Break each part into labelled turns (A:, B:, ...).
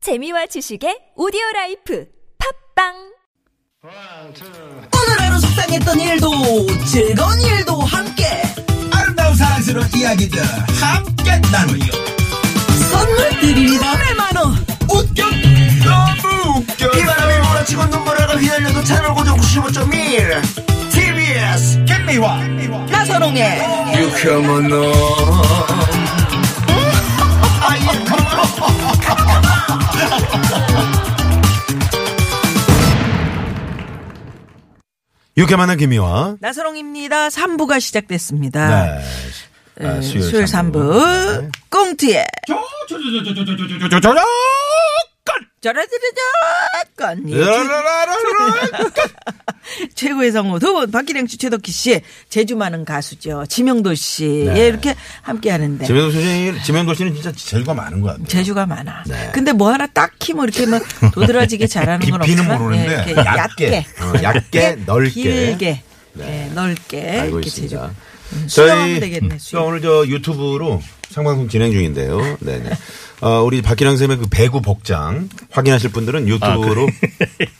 A: 재미와 지식의 오디오 라이프 팝빵
B: 오늘 하루 속상했던 일도 즐거운 일도 함께
C: 아름다운 사랑스러운 이야기들 함께 나누요
B: 선물 드립니다 100만원
C: 웃겨 너무 웃겨 비바람이 몰아치고 눈보라가 휘날려도 채널 고정 95.1 TBS 겟미와
B: 나선홍의
C: 유쾌한 너
D: 이렇게 만난 김미화.
B: 나선홍입니다 3부가 시작됐습니다
D: 네. 아, 수요일,
B: 수요일 3부
D: 네.
B: 꽁트에
D: 조조!
B: 짜라짜라짜건
C: 네.
D: 라라라라라.
B: 최고의 성우 두 분 박기량 씨 최덕희 씨 제주 많은 가수죠 지명도 씨 예, 이렇게 함께 하는데
D: 네. 지명도 선생님, 지명도 씨는 진짜 재주가 많은 것 같아요.
B: 재주가 많아. 근데 뭐 하나 딱히 뭐 이렇게 막 도드라지게 잘하는 건
D: 네. 깊이는
B: 없지만 예,
D: 모르는데
B: 이렇게
D: 얕게. 어, 얇게, 넓게. 네.
B: 길게 예, 넓게
D: 알고
B: 이렇게
D: 있습니다.
B: 재주. 음, 수영하면 되겠네.
D: 음,
B: 수영.
D: 오늘 저 유튜브로 생방송 진행 중인데요. 네네. 어, 우리 박기량 쌤의 그 배구 복장 확인하실 분들은 유튜브로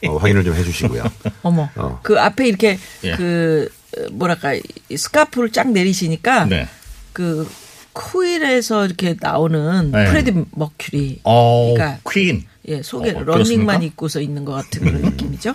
D: 어, 확인을 좀 해주시고요.
B: 어머,
D: 어.
B: 그 앞에 이렇게
E: 예.
B: 그 어, 뭐랄까 이 스카프를 쫙 내리시니까
E: 네.
B: 그 코일에서 이렇게 나오는
E: 네.
B: 프레디 머큐리.
E: 어,
B: 그러니까
E: 퀸.
B: 예, 속에
E: 어,
B: 런닝만
E: 그렇습니까? 음. 아!
B: 입고서 있는 것 같은 그런 느낌이죠.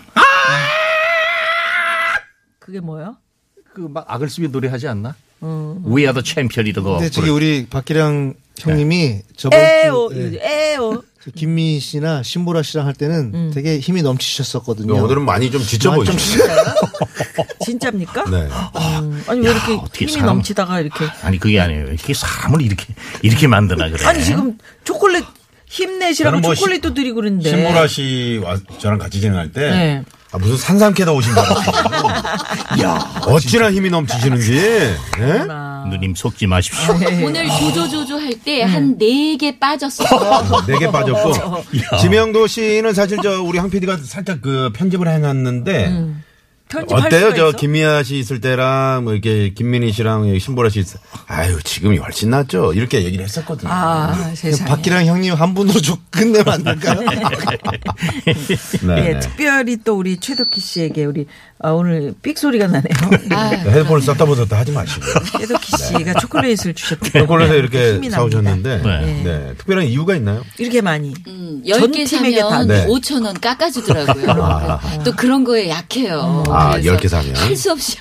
B: 그게 뭐요? 음.
E: 그 막 악을 쓰며 노래하지 않나?
B: 어.
E: We are the champion 이러고.
F: 근데 저기 우리 박기량
D: 네.
F: 형님이 저번
B: 에오,
F: 주 예,
B: 에오. 음.
F: 그 김미 씨나 신보라 씨랑 할 때는 되게 힘이 넘치셨었거든요.
D: 오늘은 많이
E: 아,
D: 좀 지쳐
F: 많이 좀
D: 보이시죠?
B: 진짜입니까? 음.
D: 네.
B: 아니 왜 이렇게
E: 어떻게
B: 힘이
E: 사람-
B: 넘치다가 이렇게
E: 아니 그게 아니에요. 이렇게 사람을 이렇게 이렇게 만드나 그래.
B: 아니 지금 초콜릿 힘내시라고
D: 저는 뭐
B: 초콜릿도 드리고 그러는데
D: 신보라 씨 와- 저랑 같이 진행할 때
B: 네.
D: 아, 무슨 산삼캐다 오신 줄 알았어요. 야, 어찌나 힘이 넘치시는지. 예?
E: 누님 속지
B: 아,
E: 마십시오.
G: 아, 네.
B: 네.
G: 오늘 조조조조 할 때 한 네 개 빠졌어.
D: 음. 네개 빠졌고 지명도 씨는 사실 저 우리 황 PD가 살짝 그 편집을 해놨는데
B: 편집할
D: 어때요?
B: 음. 수가
D: 저
B: 있어?
D: 김미아 씨 있을 때랑 뭐 이렇게 김민희 씨랑 여기 신보라 씨 있을 때, 아유 지금이 훨씬 낫죠 이렇게 얘기를 했었거든요.
B: 아
F: 그냥
B: 세상에
F: 그러니까 박기량 형님 한 분으로 좀 끝내면 안 될까요?
D: 네.
B: 예, 특별히 또 우리 최덕희 씨에게 우리 아, 오늘 삑소리가 나네요
G: 아,
D: 네, 헤드폰을 썼다 보셨다 하지 마시고
B: 최덕희 씨가 초콜릿을 주셨기 때문에
D: 그걸로서 이렇게
B: 네. 힘이 납니다.
D: 사오셨는데
E: 네.
D: 네. 특별한 이유가 있나요?
B: 이렇게 많이
G: 음,
B: 전
G: 10개
B: 팀에게 다
G: 사면
D: 네.
G: 5,000원 깎아주더라고요. 또 그런 거에 약해요.
D: 아,
G: 그래서
D: 10개 사면?
G: 할 수 없이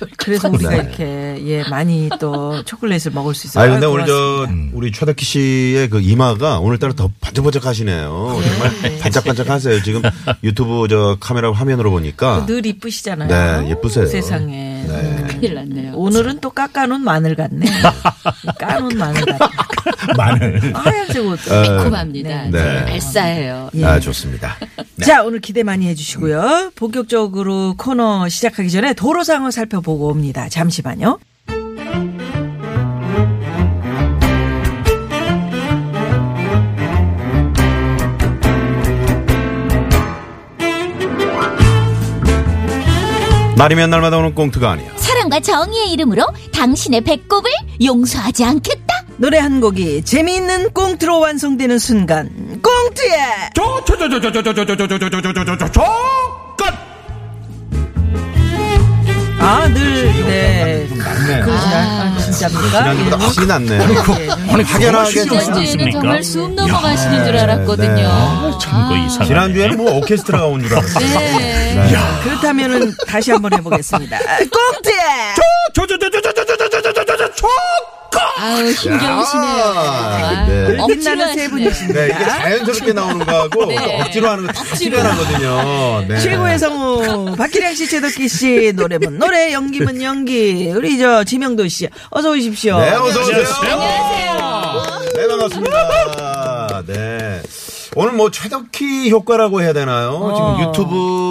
G: 그래서
B: 그래서 우리가
D: 네.
B: 이렇게 예 많이 또 초콜릿을 먹을 수 있어요.
D: 아 근데
B: 아유,
D: 오늘 저
E: 음.
D: 우리 최덕희 씨의 그 이마가 오늘따라 더 반짝반짝하시네요. 정말 반짝반짝하세요. 지금 유튜브 저 카메라 화면으로 보니까
G: 그
B: 고맙습니다. 늘 이쁘시잖아요.
D: 네, 예쁘세요. 네.
B: 세상에. 음.
G: 큰일 났네요.
B: 오늘은 또 깎아놓은 마늘 같네. 까놓은 마늘 같아.
D: 마늘.
B: 하얀색 옷. 예.
G: 매콤합니다.
D: 어. 네. 네.
G: 발사해요.
D: 아 좋습니다.
B: 자, 오늘 기대 많이 해주시고요. 본격적으로 코너 시작하기 전에 도로 상황 살펴보고 옵니다. 잠시만요.
D: 날이면 날마다 오는 꽁트가 아니야.
H: 사랑과 정의의 이름으로 당신의 배꼽을 용서하지 않겠다.
B: 노래 한 곡이 재미있는 꽁트로 완성되는 순간, 꽁트에! 아, 늘, 네. 그러시나? 아, 진짜입니까?
D: 아, 지난주보다
B: 예.
D: 확실히 낫네.
G: 그-
E: 오늘
D: 확연하게
G: 지난주에는 정말 숨 넘어가시는 줄 알았거든요.
D: 네.
B: 아,
E: 참거 이상.
D: 지난주에는 뭐 오케스트라가 온 줄 알았어요.
G: 네.
B: 그렇다면은 다시 한번 해보겠습니다. 아, 꽁트에! 어,
G: 아우, 힘겨우시네요. 아,
D: 네.
G: 억지로
B: 빛나는 세
G: 하시네요.
D: 네, 이게
B: 분이십니다.
D: 자연스럽게 나오는 거하고
G: 네.
D: 또 억지로 하는 거다
G: 억지로.
D: 필요하거든요. 네.
B: 최고의 성우 박기량 씨, 최덕기 씨 노래면 노래, 연기면 연기. 우리 저 지명도 씨 어서 오십시오.
D: 네, 어서 오세요. 네, 반갑습니다. 네. 오늘 뭐 최덕희 효과라고 해야 되나요?
B: 어.
D: 지금
C: 어,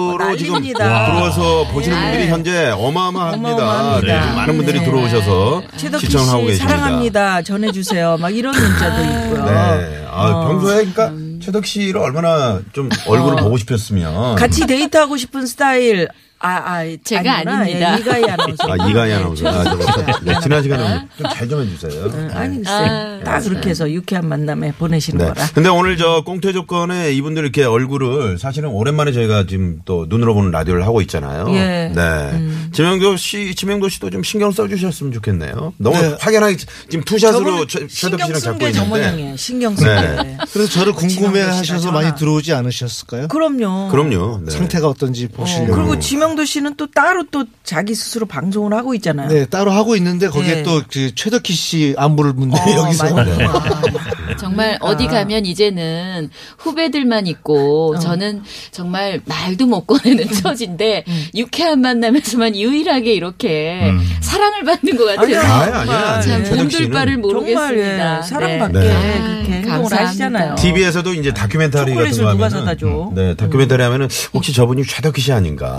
D: 유튜브로 지금
B: 난리입니다. 네.
D: 들어와서 보시는 분들이 현재 어마어마합니다.
B: 어마어마합니다.
D: 네, 지금 많은 분들이
B: 네.
D: 들어오셔서
B: 최덕기 씨
D: 시청하고 계십니다. 아.
B: 사랑합니다. 전해주세요. 막 이런 문자도 있고요.
D: 네. 아,
B: 어.
D: 평소에 그러니까 최덕 씨를 얼마나 좀 얼굴을 보고 싶었으면
B: 같이 데이트하고 싶은 스타일 아, 아,
G: 제가
B: 아니구나.
G: 아닙니다.
B: 예, 이가희 아나운서.
D: 아, 이가희 아나운서. 아, 저, 네, 지난 시간에 좀잘 좀 해주세요. 네.
B: 아니, 글쎄. 다 그렇게 해서 유쾌한 만남에 보내시는
D: 네.
B: 거라.
D: 근데 오늘 저 꽁태 조건에 이분들 이렇게 얼굴을 사실은 오랜만에 저희가 지금 또 눈으로 보는 라디오를 하고 있잖아요.
B: 예.
D: 네. 지명도 씨, 지명도 씨도 좀 신경 써주셨으면 좋겠네요. 너무
F: 네.
D: 확연하게 지금 투샷으로 최- 최덕
B: 신경
D: 씨랑
B: 쓴
D: 잡고
B: 게
D: 있는데.
B: 정원영이에요. 신경 쓴
D: 네.
B: 게.
F: 그래서 저를 궁금해 하셔서
B: 지명도 씨가
F: 많이
B: 전화.
F: 들어오지 않으셨을까요?
B: 그럼요.
D: 그럼요. 네.
F: 상태가 어떤지
B: 어,
F: 보시려고.
B: 그리고 지명도 씨는 또 따로 또 자기 스스로 방송을 하고 있잖아요.
F: 네, 따로 하고 있는데 거기에
B: 네.
F: 또 그 최덕희 씨 안무를 묻네
B: 어,
F: 여기서.
B: 많이
F: 네.
G: 정말
B: 아.
G: 어디 가면 이제는 후배들만 있고
B: 어.
G: 저는 정말 말도 못 꺼내는
B: 음.
G: 처지인데 유쾌한 만남에서만 유일하게 이렇게 사랑을 받는 것 같아요.
D: 음. 아니, 아니,
G: 참
D: 아니. 최덕
G: 몸둘 바를
D: 씨는
G: 모르겠습니다.
B: 정말 예, 사랑받게
D: 네.
B: 그렇게
G: 아이,
B: 행동을
G: 음, 감사합니다.
B: 하시잖아요.
D: TV에서도 이제 다큐멘터리
B: 초콜릿을
D: 같은 거
B: 누가
D: 하면은
B: 사다 줘? 음.
D: 네, 다큐멘터리 하면은 혹시 저분이 최덕희 씨 아닌가?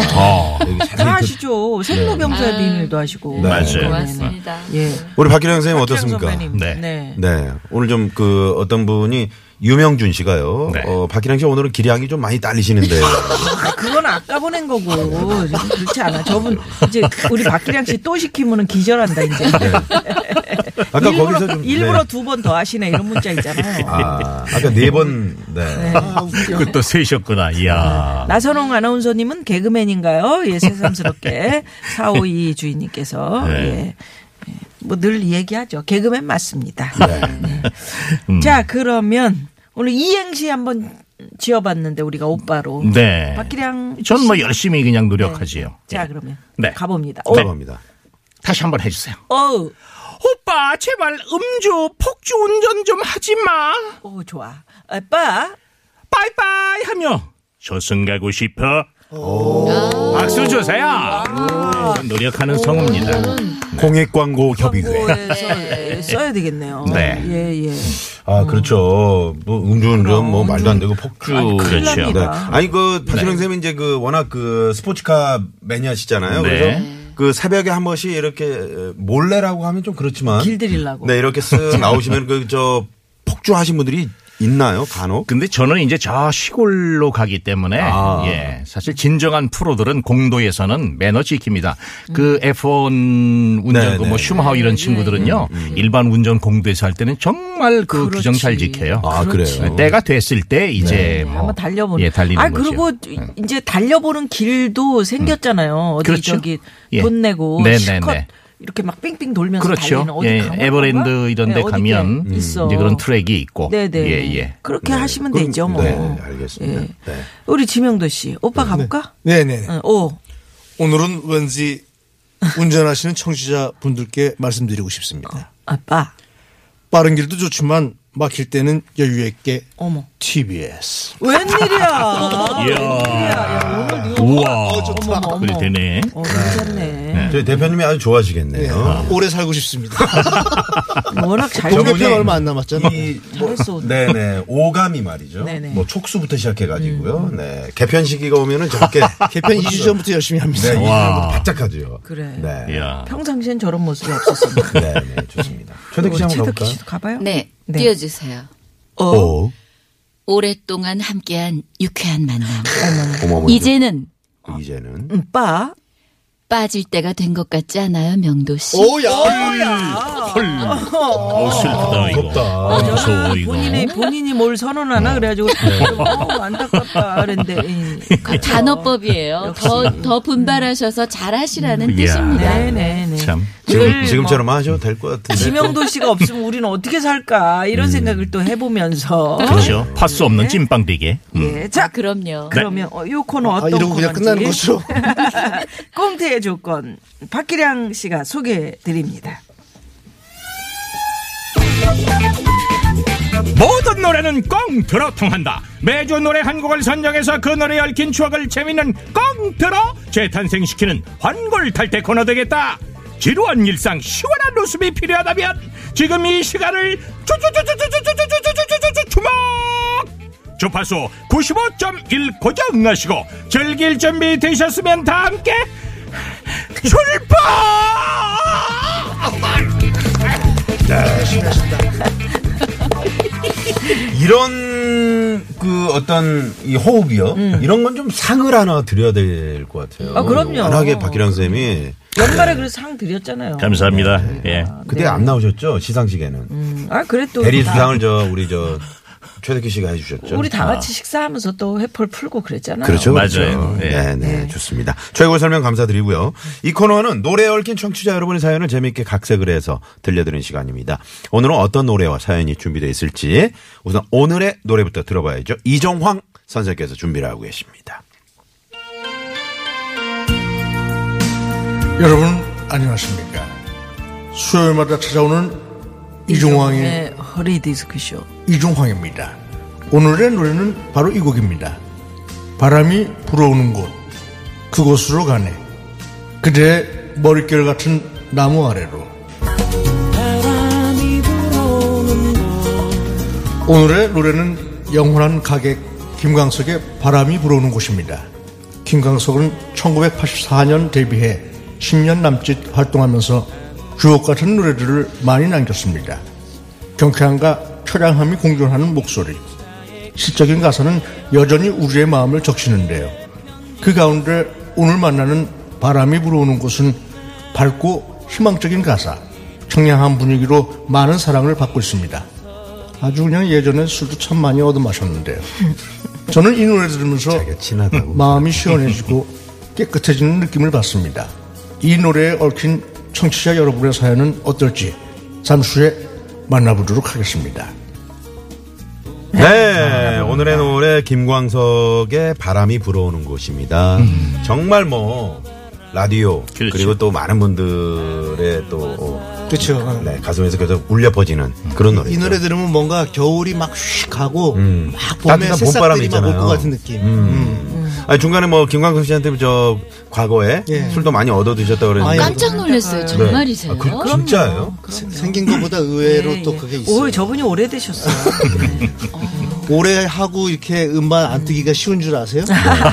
D: 여기 자세히
B: 다
D: 그-
B: 아시죠. 생로병사의 비밀도 하시고.
D: 네. 맞아요.
G: 고맙습니다.
B: 예.
D: 우리 박기량 선생님 어떻습니까?
B: 선배님. 네.
E: 네.
D: 네. 오늘 좀 그 어떤 분이 유명준 씨가요.
E: 네.
D: 어, 박기량 씨 오늘은 기량이 좀 많이 딸리시는데.
B: 아, 그건 아까 보낸 거고. 그렇지 않아. 저분 이제 그 우리 박기량 씨 또 시키면은 기절한다 이제.
D: 아까
B: 일부러,
D: 네. 그러니까 거기서 좀.
B: 일부러
D: 네.
B: 두 번 더 하시네 이런 문자 있잖아요.
D: 아, 아까 네 번. 네.
B: 아,
E: 그것도 세셨구나. 이야.
B: 나선홍 아나운서님은 개그맨인가요? 예, 새삼스럽게 452 주인님께서
E: 네.
B: 예. 뭐 늘 얘기하죠. 개그맨 맞습니다. 네.
D: 음.
B: 자, 그러면 오늘 이행시 한번 지어봤는데 우리가 오빠로.
E: 네.
B: 박기량
E: 전 뭐
B: 씨.
E: 열심히 그냥 노력하지요.
B: 자, 그러면
E: 네.
B: 가봅니다.
D: 네. 갑니다.
E: 다시 한번 해주세요.
B: 어우,
E: 오빠 제발 음주 폭주 운전 좀 하지 마.
B: 오 어, 좋아. 아빠,
E: 빠이빠이 하며 저승 가고 싶어. 박수 주세요.
B: 아.
E: 네, 노력하는 성우입니다.
D: 네. 공익 광고 네.
B: 광고에서 아, 써야 되겠네요.
E: 네.
B: 예, 예.
D: 아, 그렇죠. 뭐 음주운전 뭐 말도 안 되고 폭주.
B: 큰일
E: 그렇죠.
D: 네.
B: 납니다.
D: 아니 그 박진영 쌤이 이제 그 워낙 그 스포츠카 매니아시잖아요.
E: 네.
D: 그래서 그 새벽에 한 번씩 이렇게 몰래라고 하면 좀 그렇지만
B: 길들이려고.
D: 네 이렇게 쓱 나오시면 그 저 폭주하신 분들이 있나요 간혹?
E: 근데 저는 이제 저 시골로 가기 때문에
D: 아.
E: 예 사실 진정한 프로들은 공도에서는 매너 지킵니다. 그 F1
D: 음. 네,
E: 운전 그
D: 네, 음,
E: 뭐 슈마허 이런 친구들은요 일반 운전 공도에서 할 때는 정말 그
B: 그렇지.
E: 규정 잘 지켜요. 네,
D: 아 그래요. 네.
E: 때가 됐을 때 이제 뭐
B: 네, 한번 달려보는.
E: 예 달리는
B: 아
E: 거죠.
B: 그리고 이제 달려보는 길도 생겼잖아요. 어디
E: 그렇죠.
B: 저기
E: 예.
B: 돈 내고
E: 네,
B: 실컷
E: 네, 네.
B: 이렇게 막 빙빙 돌면서
E: 그렇죠.
B: 달리는 어디
E: 예,
B: 강원도인가?
E: 에버랜드 이런 데
B: 네, 어디
E: 가면
D: 음,
B: 이렇게 있어.
E: 이제 그런 트랙이 있고
B: 네네.
E: 예, 예.
B: 그렇게 하시면
D: 그럼-
B: 되죠 뭐.
D: 네, 네, 알겠습니다.
B: 예.
D: 네.
B: 우리 지명도 씨 오빠 가볼까?
F: 네, 네.
B: 응, 오.
F: 오늘은 왠지 운전하시는 청취자 분들께 말씀드리고 싶습니다.
B: 어, 아빠.
F: 빠른 길도 좋지만 막힐 때는 여유 있게
B: 어머.
F: TBS.
B: 웬일이야. 웬일이야. 야, 오늘 네가
E: 우와
B: 어머, 어머, 어머.
E: 그래 되네.
B: 어, 괜찮네.
D: 저희 대표님이 아주
F: 네.
D: 좋아하시겠네요.
F: 오래 살고 싶습니다.
E: 네.
B: 워낙 잘
F: 동네
B: 먹네.
F: 편 얼마 안 남았잖아요.
D: 이뭐
B: 잘했어.
D: 네네 오감이 말이죠.
B: 네네. 음.
D: 뭐 촉수부터 시작해가지고요. 네 개편 시기가 오면은 저렇게
F: 개편 2주 전부터 열심히 합니다.
D: 네, 이
E: 와.
D: 사람도 바짝 하죠.
B: 그래.
D: 네.
E: 이야.
B: 평상시엔 저런 모습이 없었었는데.
D: 네, 네, 좋습니다. 최덕희 씨 한번
B: 최덕기
D: 가볼까요?
B: 씨도 가봐요.
G: 네,
B: 네.
G: 띄워주세요.
B: 어.
G: 오랫동안 함께한 유쾌한 만남.
D: 어머머.
G: 이제는
D: 아, 이제는.
B: 음, 오빠.
G: 빠질 때가 된 것 같지 않아요, 명도 씨?
B: 어,
E: 헐. 어
C: 아,
E: 슬프다 이거.
D: 아, 무섭다.
E: 어, 무서워 이거.
B: 본인이 본인이 뭘 선언하나 그래가지고
D: 네.
B: 어, 안타깝다 그랬는데 예. 에이,
G: 그 단어법이에요. 더, 더 분발하셔서
D: 음.
G: 잘하시라는
E: 이야.
G: 뜻입니다.
B: 네네네.
E: 참.
D: 지금
B: 늘뭐
D: 지금처럼 하셔도 될 것
E: 네.
D: 같은데.
B: 지명도 씨가 없으면 우리는 어떻게 살까 이런 생각을 또 해보면서
E: 그렇죠. 팥수 없는 찐빵대게. 음.
D: 음,
B: 예, 자
G: 아, 그럼요.
B: 그러면 어, 요 코너
F: 아,
B: 어떤
F: 이러고 그냥 끝나는
B: 코너인지
F: 거죠.
B: 꽁태의 조건 박기량 씨가 소개해 드립니다.
E: 모든 노래는 꽁 들어 통한다. 매주 노래 한 곡을 선정해서 그 노래에 얽힌 추억을 재미있는 꽁 들어 재탄생시키는 환골탈태 코너 되겠다. 지루한 일상 시원한 웃음이 필요하다면 지금 이 시간을 주주주주주주주주주주주주 주먹 주파수 95.1 고정하시고 즐길 준비 되셨으면 다 함께
D: 네.
E: 출발!
D: 이런 그 어떤 이 호흡이요. 이런 건 좀 상을 하나 드려야 될 것 같아요.
B: 음. 아, 그럼요.
D: 워낙에 박기량 쌤이 네.
B: 연말에 그래서 상 드렸잖아요. 네.
E: 감사합니다. 예.
D: 그때 안 나오셨죠 시상식에는
B: 음, 아 그래도
D: 대리 수상을 저 우리 저 최덕기 씨가 해주셨죠.
B: 우리 다
D: 아.
B: 같이 식사하면서 또 회포를 풀고 그랬잖아요.
D: 그렇죠.
E: 맞아요.
D: 그렇죠.
E: 예.
D: 네, 네, 좋습니다. 최고 설명 감사드리고요. 이 코너는 노래에 얽힌 청취자 여러분의 사연을 재미있게 각색을 해서 들려드리는 시간입니다. 오늘은 어떤 노래와 사연이 준비되어 있을지 우선 오늘의 노래부터 들어봐야죠. 이정황 선생께서 준비를 하고 계십니다.
I: 여러분 안녕하십니까 수요일마다 찾아오는 이종황의
B: 네, 허리 디스크쇼.
I: 이종황입니다 오늘의 노래는 바로 이 곡입니다 바람이 불어오는 곳 그곳으로 가네 그대 머릿결 같은 나무 아래로 오늘의 노래는 영원한 가객 김광석의 바람이 불어오는 곳입니다. 김광석은 1984년 데뷔해 10년 남짓 활동하면서 주옥 같은 노래들을 많이 남겼습니다. 경쾌함과 처량함이 공존하는 목소리, 시적인 가사는 여전히 우리의 마음을 적시는데요. 그 가운데 오늘 만나는 바람이 불어오는 곳은 밝고 희망적인 가사, 청량한 분위기로 많은 사랑을 받고 있습니다. 아주 그냥 예전에 술도 참 많이 얻어 마셨는데요. 저는 이 노래 들으면서
D: 친하다고.
I: 마음이 시원해지고 깨끗해지는 느낌을 받습니다. 이 노래에 얽힌 청취자 여러분의 사연은 어떨지 잠시 후에 만나보도록 하겠습니다.
D: 네, 오늘의 노래 김광석의 바람이 불어오는 곳입니다. 정말 뭐 라디오 음. 그리고또 많은 분들의 또 어,
F: 그렇죠.
D: 네, 가슴에서 계속 울려 퍼지는 그런 노래.
F: 이 노래 들으면 뭔가 겨울이 막 휙 가고 막 봄에
D: 따뜻한 봄바람이
F: 새싹들이 막 올
D: 있잖아요.
F: 것 같은 느낌.
D: 아 중간에 뭐 김광석 씨한테 저 과거에
F: 예.
D: 술도 많이 얻어 드셨다 그러니까.
F: 아유. 예.
D: 그랬는데.
G: 깜짝 놀랐어요.
D: 네.
G: 정말이세요? 네.
D: 아, 그- 진짜예요?
F: 생긴 것보다 의외로 또 그게 있어요.
B: 오, 저분이 오래되셨어요.
F: 오래 하고 이렇게 음반 안 뜨기가 쉬운 줄 아세요?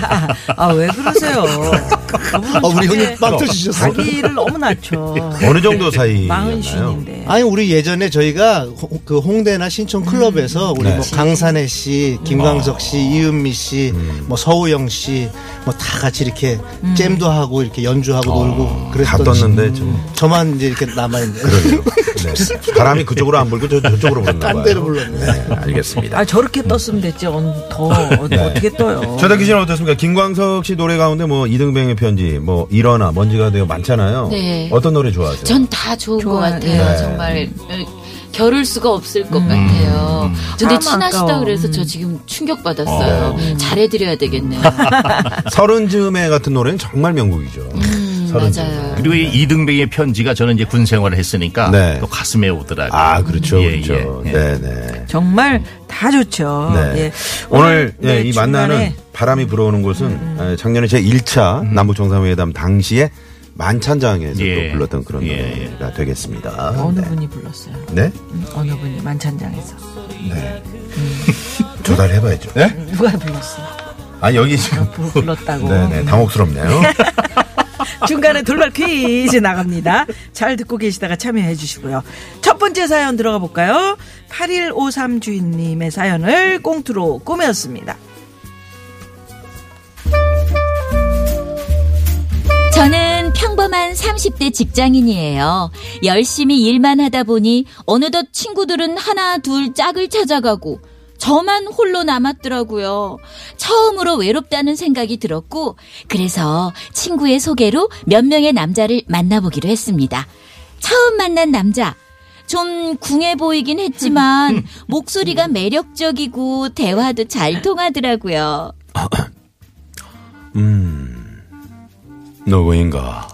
B: 아 왜 그러세요? 저분은
F: 아, 우리
B: 이제
F: 형님 빵 터지셨어요.
B: 자기를 너무 네. 낮죠.
D: 어느 정도
C: 네,
D: 사이?
B: 마흔쉰인데.
F: 아니 우리 예전에 저희가 호- 그 홍대나 신촌 클럽에서
D: 음. 네.
F: 우리 뭐 강산혜 씨, 김광석
D: 아.
F: 씨, 이은미 씨,
D: 음.
F: 뭐 서우영 씨, 뭐 다 같이 이렇게 잼도 하고 이렇게 연주하고 놀고
D: 아, 다
F: 그랬던
D: 떴는데
F: 시-
D: 좀.
F: 저만 이제 이렇게 남아 있는.
D: 그러네요. 네. 바람이 그쪽으로 안 불고 저, 저쪽으로 불었나 봐요.
F: 딴 데로 불렀네.
D: 네, 알겠습니다. 네.
B: 아 저렇게 떴으면 됐지. 언- 더 어, 어떻게 떠요?
D: 저덕기 씨는 어떻습니까? 김광석 씨 노래 가운데 뭐 이등병의 편지, 뭐 일어나, 먼지가 되어 많잖아요.
G: 네.
D: 어떤 노래 좋아하세요?
G: 전 다 좋은 것
B: 좋아요.
G: 같아요.
D: 네.
G: 정말 어, 겨룰 수가 없을 것
J: 음.
G: 같아요. 근데
B: 참
G: 친하시다
B: 아까워. 음.
G: 그래서 저 지금 충격 받았어요. 음. 잘해드려야 되겠네요.
D: 서른 즈음에 같은 노래는 정말 명곡이죠. 서른 즈음에.
G: 맞아요.
E: 그리고 이 이등병의 편지가 저는 이제 군 생활을 했으니까
D: 네.
E: 또 가슴에 오더라고요.
D: 아, 그렇죠.
E: 예,
D: 그렇죠.
E: 예, 예.
D: 네네.
B: 정말 다 좋죠.
D: 네.
B: 예.
D: 오늘,
B: 네,
D: 예, 이
B: 중간에 음,
D: 만나는 바람이 불어오는 곳은 에, 작년에 제 1차 남북정상회담 당시에 만찬장에서
E: 예.
D: 또 불렀던 그런
E: 예,
D: 노래가 되겠습니다.
B: 어느
D: 네.
B: 분이 불렀어요? 음,
D: 네?
B: 어느 분이 만찬장에서 음,
D: 조달해봐야죠. 네?
B: 누가 불렀어?
D: 아, 여기 지금.
B: 뭐 불- 불렀다고.
D: 네네, 당혹스럽네요.
B: 중간에 돌발 퀴즈 나갑니다. 잘 듣고 계시다가 참여해 주시고요. 첫 번째 사연 들어가 볼까요? 8153 주인님의 사연을 꽁트로 꾸몄습니다.
H: 저는 평범한 30대 직장인이에요. 열심히 일만 하다 보니 어느덧 친구들은 하나 둘 짝을 찾아가고 저만 홀로 남았더라고요. 처음으로 외롭다는 생각이 들었고 그래서 친구의 소개로 몇 명의 남자를 만나보기로 했습니다. 처음 만난 남자 좀 궁해 보이긴 했지만 목소리가 매력적이고 대화도 잘 통하더라고요.
D: 누구인가?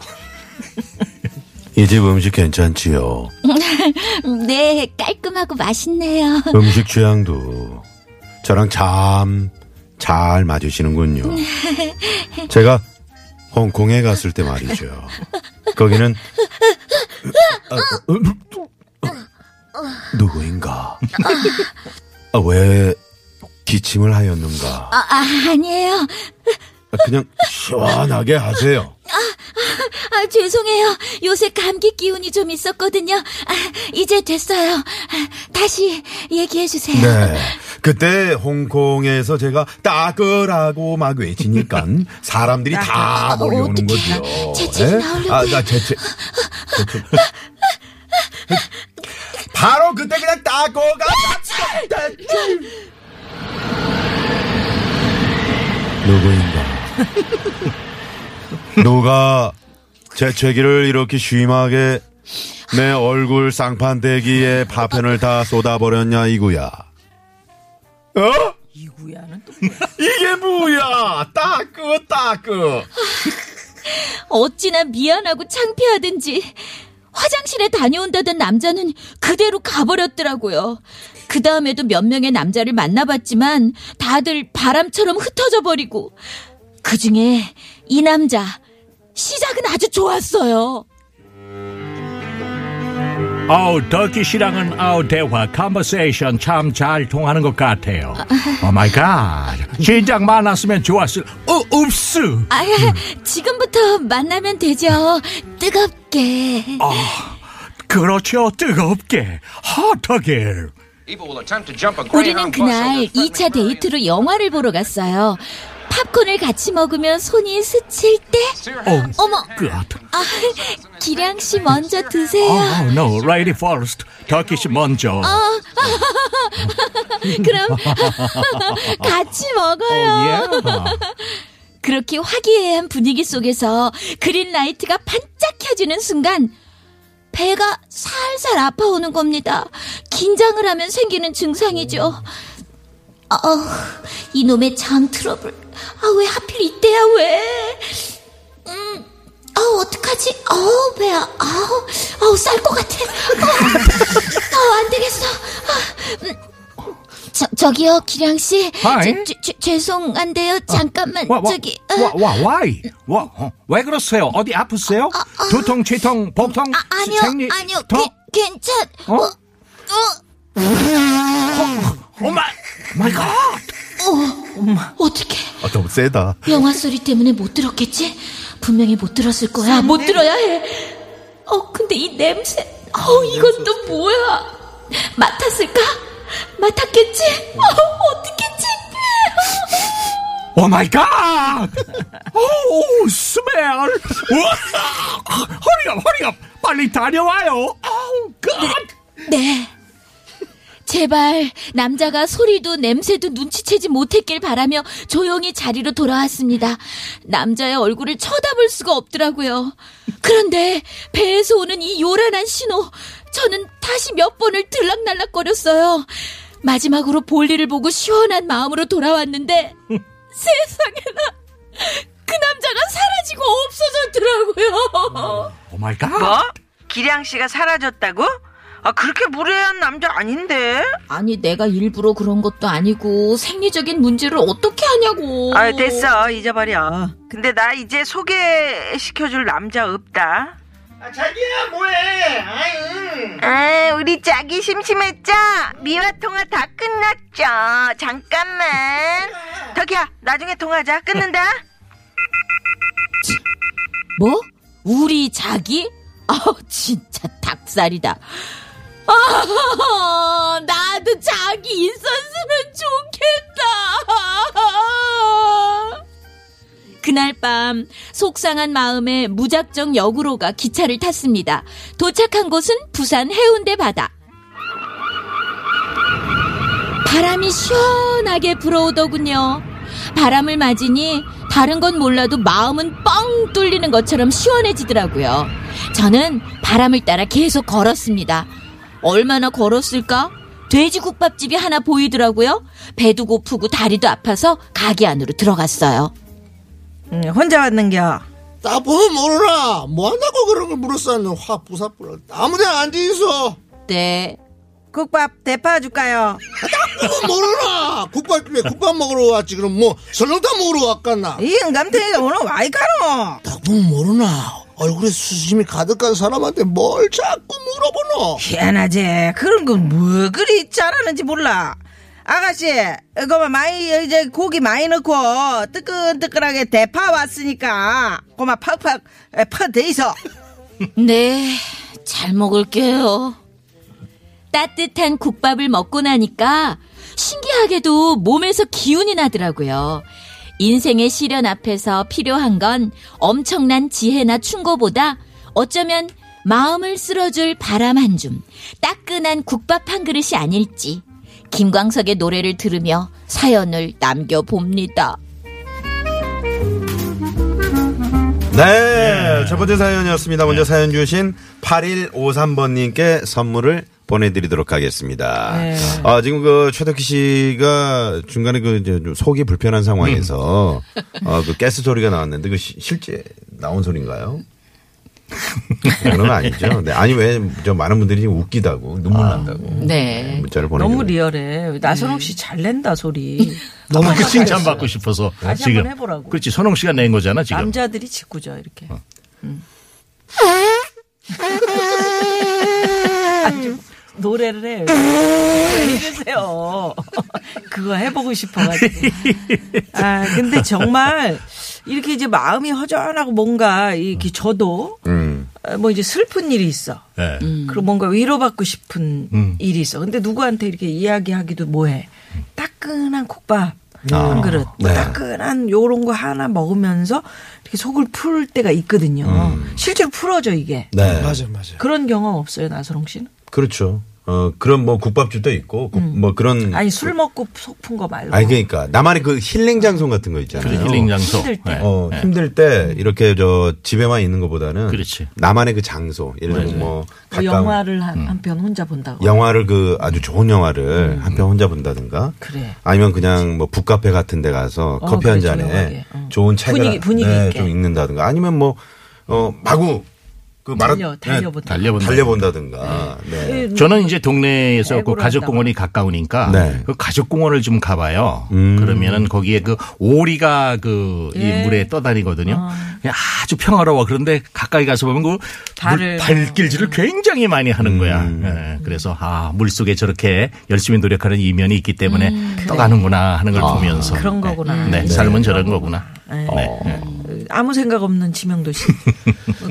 D: 이 집 음식 괜찮지요?
H: 네, 깔끔하고 맛있네요.
D: 음식 취향도 저랑 참 잘 맞으시는군요. 제가 홍콩에 갔을 때 말이죠. 거기는 아, 어, 어, 누구인가? 아, 왜 기침을 하였는가?
H: 아, 아니에요.
D: 아, 그냥 시원하게 하세요.
H: 아, 죄송해요. 요새 감기 기운이 좀 있었거든요. 아, 이제 됐어요. 아, 다시 얘기해 주세요.
D: 네. 그때 홍콩에서 제가 따끄라고 막 외치니까 사람들이 다 몰려오는
H: 어떡해.
D: 거죠.
H: 재채기
D: 예?
H: 나오려고
D: 아, 나 재채. 재채- 바로 그때 그냥 따꼬가 누구인가? 누가 재채기를 이렇게 심하게 내 얼굴 쌍판대기에 파편을 다 쏟아버렸냐 이구야. 어?
B: 이구야는 또
D: 이게 뭐야? 따끄 따끄.
H: 어찌나 미안하고 창피하든지 화장실에 다녀온다던 남자는 그대로 가버렸더라고요. 그 다음에도 몇 명의 남자를 만나봤지만 다들 바람처럼 흩어져 버리고 그 중에 이 남자 시작은 아주 좋았어요.
E: 아우 더키 씨랑은 아우 대화 컨버세이션 참 잘 통하는 것 같아요. 오 마이 갓. 진작 만났으면 좋았을. 어, 읍스.
H: 아,
D: 음.
H: 지금부터 만나면 되죠. 뜨겁게.
E: 아, 그렇죠. 뜨겁게.
D: 예.
E: 핫하게. 네,
H: 우리는 그날 2차 데이트로 영화를 보러 갔어요. 팝콘을 같이 먹으면 손이 스칠 때
E: 어,
H: 어머
E: 굿.
H: 아, 기량 씨 먼저 드세요.
E: 아, no, lady first. 더키 씨 먼저.
H: 아. 어. 그럼 같이 먹어요.
E: 어, 예.
H: 그렇게 화기애애한 분위기 속에서 그린라이트가 반짝 켜지는 순간 배가 살살 아파오는 겁니다. 긴장을 하면 생기는 증상이죠. 어, 이놈의 장 트러블. 아, 왜 하필 이때야, 왜? 음, 어, 어떡하지? 어, 배야. 아우, 아우, 쌀 것 같아. 어, 안 되겠어. 아, 음. 저, 저기요, 기량씨.
E: 하이.
H: 죄송한데요. 잠깐만,
E: 와, 와,
H: 저기. 어,
E: 와, 와, why? 와,
C: 뭐,
E: 어, 왜 그러세요? 어디 아프세요? 두통, 치통, 복통,
H: 아, 아니요,
E: 생리,
H: 아니요,
E: 통?
H: 괜- 괜찮.
E: 어?
H: 어? 어?
E: 오 마이, 마이 갓.
H: 어떻게?
D: 아, 너무 세다.
H: 영화 소리 때문에 못 들었겠지? 분명히 못 들었을 거야. 네. 못 들어야 해. 어, 근데 이 냄새. 어, 이건 또 뭐야? 맡았을까? 맡았겠지? 어, 어떻겠지? 어.
E: 오 마이 갓! 오, 스멜! 우와! 허리가, 허리가! 빨리 다녀와요! Oh, 아우, 갓!
H: 네. 제발 남자가 소리도 냄새도 눈치채지 못했길 바라며 조용히 자리로 돌아왔습니다. 남자의 얼굴을 쳐다볼 수가 없더라고요. 그런데 배에서 오는 이 요란한 신호, 저는 다시 몇 번을 들락날락거렸어요. 마지막으로 볼일을 보고 시원한 마음으로 돌아왔는데 세상에나 그 남자가 사라지고 없어졌더라고요.
E: 오 마이 갓!
B: 뭐?
H: 아.
B: 기량 씨가 사라졌다고? 아 그렇게 무례한 남자 아닌데?
H: 아니 내가 일부러 그런 것도 아니고 생리적인 문제를 어떻게 하냐고.
B: 아 됐어 잊어버려. 근데 나 이제 소개시켜줄 남자 없다.
F: 아,
C: 자기야 뭐해?
F: 음.
C: 아유.
B: 아 우리 짝이 심심했죠? 미화 통화 다 끝났죠? 잠깐만. 덕이야 나중에 통화하자. 끊는다.
H: 뭐? 우리 자기? 아우 진짜 닭살이다. 아, 나도 자기 있었으면 좋겠다. 그날 밤 속상한 마음에 무작정 역으로 가 기차를 탔습니다. 도착한 곳은 부산 해운대 바다. 바람이 시원하게 불어오더군요. 바람을 맞으니 다른 건 몰라도 마음은 뻥 뚫리는 것처럼 시원해지더라고요. 저는 바람을 따라 계속 걸었습니다. 얼마나 걸었을까? 돼지국밥집이 하나 보이더라고요. 배도 고프고 다리도 아파서 가게 안으로 들어갔어요.
B: 음, 혼자 왔는겨.
F: 나보 모르라. 뭐 한다고 그런 걸 물었었는 화 부사뿔. 아무데나 앉아 있어.
H: 네.
B: 국밥 대파 줄까요?
F: 나보 모르라. 뭐 국밥집에 국밥 먹으러 왔지. 그럼 뭐 설렁탕 먹으러 왔겠나?
B: 이 은감탱이가 오늘 와이카노.
F: 나보 뭐 모르나. 얼굴에 수심이 가득한 사람한테 뭘 자꾸 물어보노?
B: 희한하지. 그런 건 뭐 그리 잘하는지 몰라. 아가씨, 그만 많이 이제 고기 많이 넣고 뜨끈뜨끈하게 대파 왔으니까 그만 팍팍 퍼대 있어.
H: 네, 잘 먹을게요. 따뜻한 국밥을 먹고 나니까 신기하게도 몸에서 기운이 나더라고요. 인생의 시련 앞에서 필요한 건 엄청난 지혜나 충고보다 어쩌면 마음을 쓸어줄 바람 한 줌, 따끈한 국밥 한 그릇이 아닐지. 김광석의 노래를 들으며 사연을 남겨봅니다.
D: 네. 첫 번째 사연이었습니다.
F: 네.
D: 먼저 사연 주신 8153번님께 선물을 보내드리도록 하겠습니다.
B: 네.
D: 아, 지금 그 최덕희 씨가 중간에 그 이제 좀 속이 불편한 상황에서
F: 음.
D: 어, 그 가스 소리가 나왔는데 그 시- 실제 나온 소리인가요? 그건 아니죠. 네, 아니 왜 저 많은 분들이 지금 웃기다고 눈물
F: 아.
D: 난다고
G: 네.
D: 문자를 보내고
B: 너무 리얼해. 나선홍 씨 잘 낸다 소리.
J: 너무 그 칭찬받고 싶어서
B: 아, 다시
J: 지금
B: 한번 해보라고.
J: 그렇지 선홍 씨가 낸 거잖아 지금
B: 남자들이 짓궂어 이렇게. 음. 아주 노래를 해요. 믿으세요. 그거 해보고 싶어가지고. 아 근데 정말 이렇게 이제 마음이 허전하고 뭔가 이렇게 저도
D: 음.
B: 어, 뭐 이제 슬픈 일이 있어.
J: 예.
B: 그리고 뭔가 위로받고 싶은 일이 있어. 근데 누구한테 이렇게 이야기하기도 뭐해. 따끈한 국밥 한 그릇, 뭐
D: 네.
B: 따끈한 요런 거 하나 먹으면서 이렇게 속을 풀 때가 있거든요. 실제로 풀어져 이게.
D: 음. 네.
F: 맞아, 맞아.
B: 그런 경험 없어요, 나선홍 씨는?
D: 그렇죠. 어, 그런 뭐 국밥집도 있고 국- 뭐 그런
B: 음. 아니 술 먹고 속 푼 거 말고.
D: 아니 그러니까 나만의 그 힐링 장소 같은 거 있잖아요.
J: 그래 힐링 장소
B: 힘들 때.
J: 예.
D: 어, 힘들 때 이렇게 저 집에만 있는 것보다는
J: 그렇지.
D: 나만의 그 장소 예를 들면 뭐
B: 뭐
D: 가까운 음.
B: 영화를 한, 한편 혼자 본다고.
D: 영화를 그 아주 좋은 영화를 한 편 혼자 본다든가
B: 음. 그래.
D: 아니면 그냥 뭐 북카페 같은 데 가서
B: 어,
D: 커피 한
B: 그래,
D: 잔에
B: 조용하게. 어.
D: 좋은 책을
B: 분위기-
D: 한-
B: 분위기
D: 네,
B: 있게.
D: 좀 읽는다든가 아니면 뭐 어, 마구 그 마라-
B: 달려
D: 네,
B: 달려보다.
J: 달려본다.
D: 달려본다든가 네.
B: 그,
J: 저는 이제 동네에서 그
B: 알고를
J: 가족
B: 한다고.
J: 공원이 가까우니까
D: 네.
J: 그 가족 공원을 좀 가봐요.
D: 음.
J: 그러면은 거기에 그 오리가 그이
B: 예.
J: 물에 떠다니거든요. 그냥 아주 평화로워. 그런데 가까이 가서 보면 그
B: 발을 음.
J: 물- 발길질을 굉장히 많이 하는 거야.
D: 음.
J: 예. 그래서 아 물속에 저렇게 열심히 노력하는 이면이 있기 때문에 떠가는구나 하는 걸
D: 아.
J: 보면서
B: 음, 그런
J: 네.
D: 음.
B: 거구나.
J: 네, 삶은 저런 거구나.
B: 네.
D: 어.
J: 네.
F: 뭐.
B: 아무 생각 없는 지명도 씨.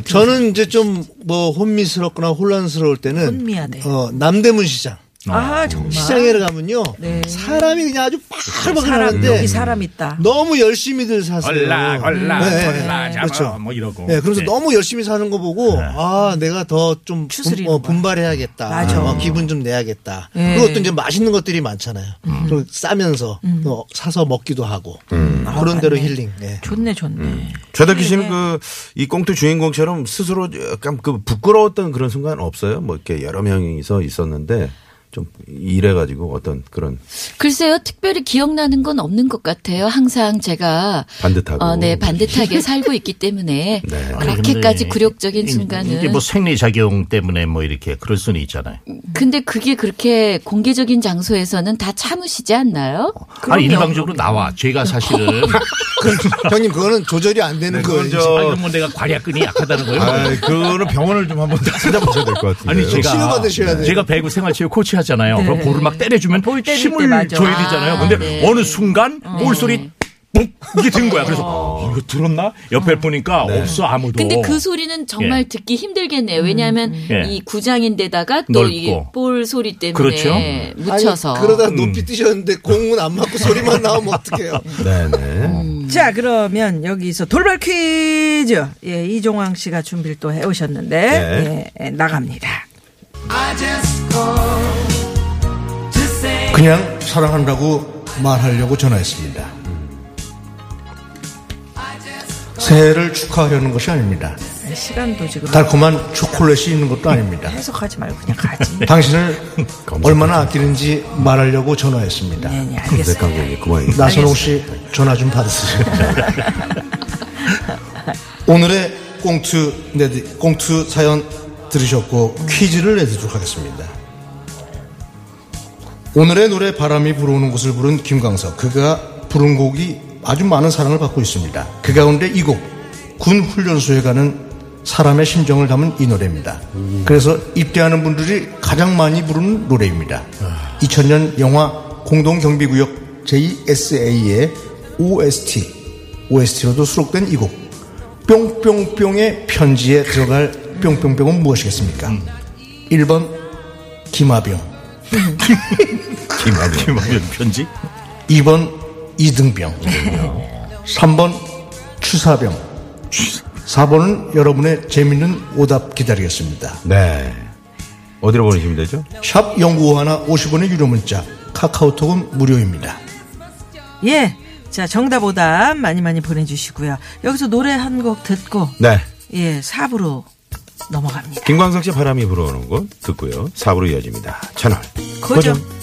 F: 저는 이제 좀 뭐 혼미스럽거나 혼란스러울 때는
B: 혼미하네.
F: 어, 남대문 시장. 어,
B: 아 정말. 네.
F: 시장에 가면요. 사람이 그냥 아주
E: 그렇죠.
F: 빠르게
B: 사람
F: 가는데
B: 여기 사람 있다.
F: 너무 열심히들 사세요.
E: 얼라 얼라
F: 네,
E: 얼라
F: 네.
E: 잡아
F: 그렇죠.
E: 뭐 이러고
F: 네, 그러면서
E: 네.
F: 너무 열심히 사는 거 보고 아 내가 더 좀뭐
B: 추스리는 거야.
F: 분발해야겠다.
B: 맞아.
F: 어, 기분 좀 내야겠다.
B: 예.
F: 그리고 또 이제 맛있는 것들이 많잖아요.
E: 음.
F: 좀 싸면서
B: 음.
F: 또 사서 먹기도 하고 그런 대로 힐링. 네.
B: 아, 좋네 좋네.
E: 음.
D: 최덕기 씨는 그 이 꽁트 주인공처럼 스스로 약간 그 부끄러웠던 그런 순간 없어요? 뭐 이렇게 여러 명이서 있었는데 좀 이래가지고 어떤 그런
G: 글쎄요, 특별히 기억나는 건 없는 것 같아요. 항상 제가
D: 반듯하고.
G: 어, 네, 반듯하게 살고 있기 때문에
D: 네.
G: 그렇게까지
J: 근데
G: 굴욕적인
J: 이-
G: 순간은
J: 이게 뭐 생리 작용 때문에 뭐 이렇게 그럴 수는 있잖아요.
G: 근데 그게 그렇게 공개적인 장소에서는 다 참으시지 않나요?
J: 어. 아니 일방적으로 나와. 죄가 사실은
F: 형님 그거는 조절이 안 되는 거예요.
J: 빨간 건뭐 내가 과략근이 약하다는 거예요.
D: 아, 그거는 병원을 좀 한번 찾아보셔야 될 것 같은데.
J: 아니 제가
F: 치료받으셔야 돼요.
J: 제가 배구 생활체육 코치 하잖아요. 그럼 볼을 막 때려주면
B: 볼 때릴
J: 힘을
B: 때 맞아.
J: 줘야 되잖아요. 근데
G: 네.
J: 어느 순간 볼 소리 ปุ๊ 이게 된 거야. 그래서 이거 들었나? 옆에 보니까
F: 네.
J: 없어 아무도.
G: 어. 근데 그 소리는 정말
J: 예.
G: 듣기 힘들겠네요. 왜냐하면
J: 예.
G: 이 구장인데다가
J: 넓고.
G: 또 이 볼 소리 때문에
J: 그렇죠.
G: 묻혀서
F: 아니, 그러다 높이 뛰셨는데 공은 안 맞고 소리만 나오면 뭐. 어떡해요.
D: 네네.
B: 음. 자 그러면 여기서 돌발 퀴즈. 예 이종황 씨가 준비를 또 해오셨는데
D: 네.
B: 예, 예, 나갑니다.
I: 그냥 사랑한다고 말하려고 전화했습니다. 새해를 축하하려는 것이 아닙니다.
B: 네, 시간도 지금
I: 달콤한 초콜릿이 있는 것도 아닙니다.
B: 해석하지 말고 그냥 가지.
I: 당신을 얼마나 아끼는지 말하려고 전화했습니다.
B: 네, 네, 알겠습니다.
D: 관객이 그만.
I: 나선홍 씨 전화 좀 받으세요.
D: 네.
I: 오늘의 꽁트 내 꽁트 사연 들으셨고 퀴즈를 내드리도록 하겠습니다. 오늘의 노래 바람이 불어오는 곳을 부른 김광석 그가 부른 곡이 아주 많은 사랑을 받고 있습니다. 그 가운데 이 곡 군 훈련소에 가는 사람의 심정을 담은 이 노래입니다. 그 그래서 입대하는 분들이 가장 많이 부르는 노래입니다. 2000년 영화 공동경비구역 JSA의 OST, OST로도 수록된 이 곡. 뿅뿅뿅의 편지에 들어갈 뿅뿅뿅은 무엇이겠습니까? 1번 김하병,
J: 김하면 편지?
I: 2번 이등병, 3번 추사병, 4번은 여러분의 재밌는 오답 기다리겠습니다.
D: 네. 어디로 보내시면 되죠?
I: 샵 0951 50원의 유료 문자, 카카오톡은 무료입니다.
B: 예. 자, 정답 오답 많이 많이 보내주시고요. 여기서 노래 한 곡 듣고,
D: 네.
B: 예, 4부로 넘어갑니다.
D: 김광석 씨 바람이 불어오는 곳 듣고요. 4부로 이어집니다. 채널
B: 고정.
D: 고정.
F: 그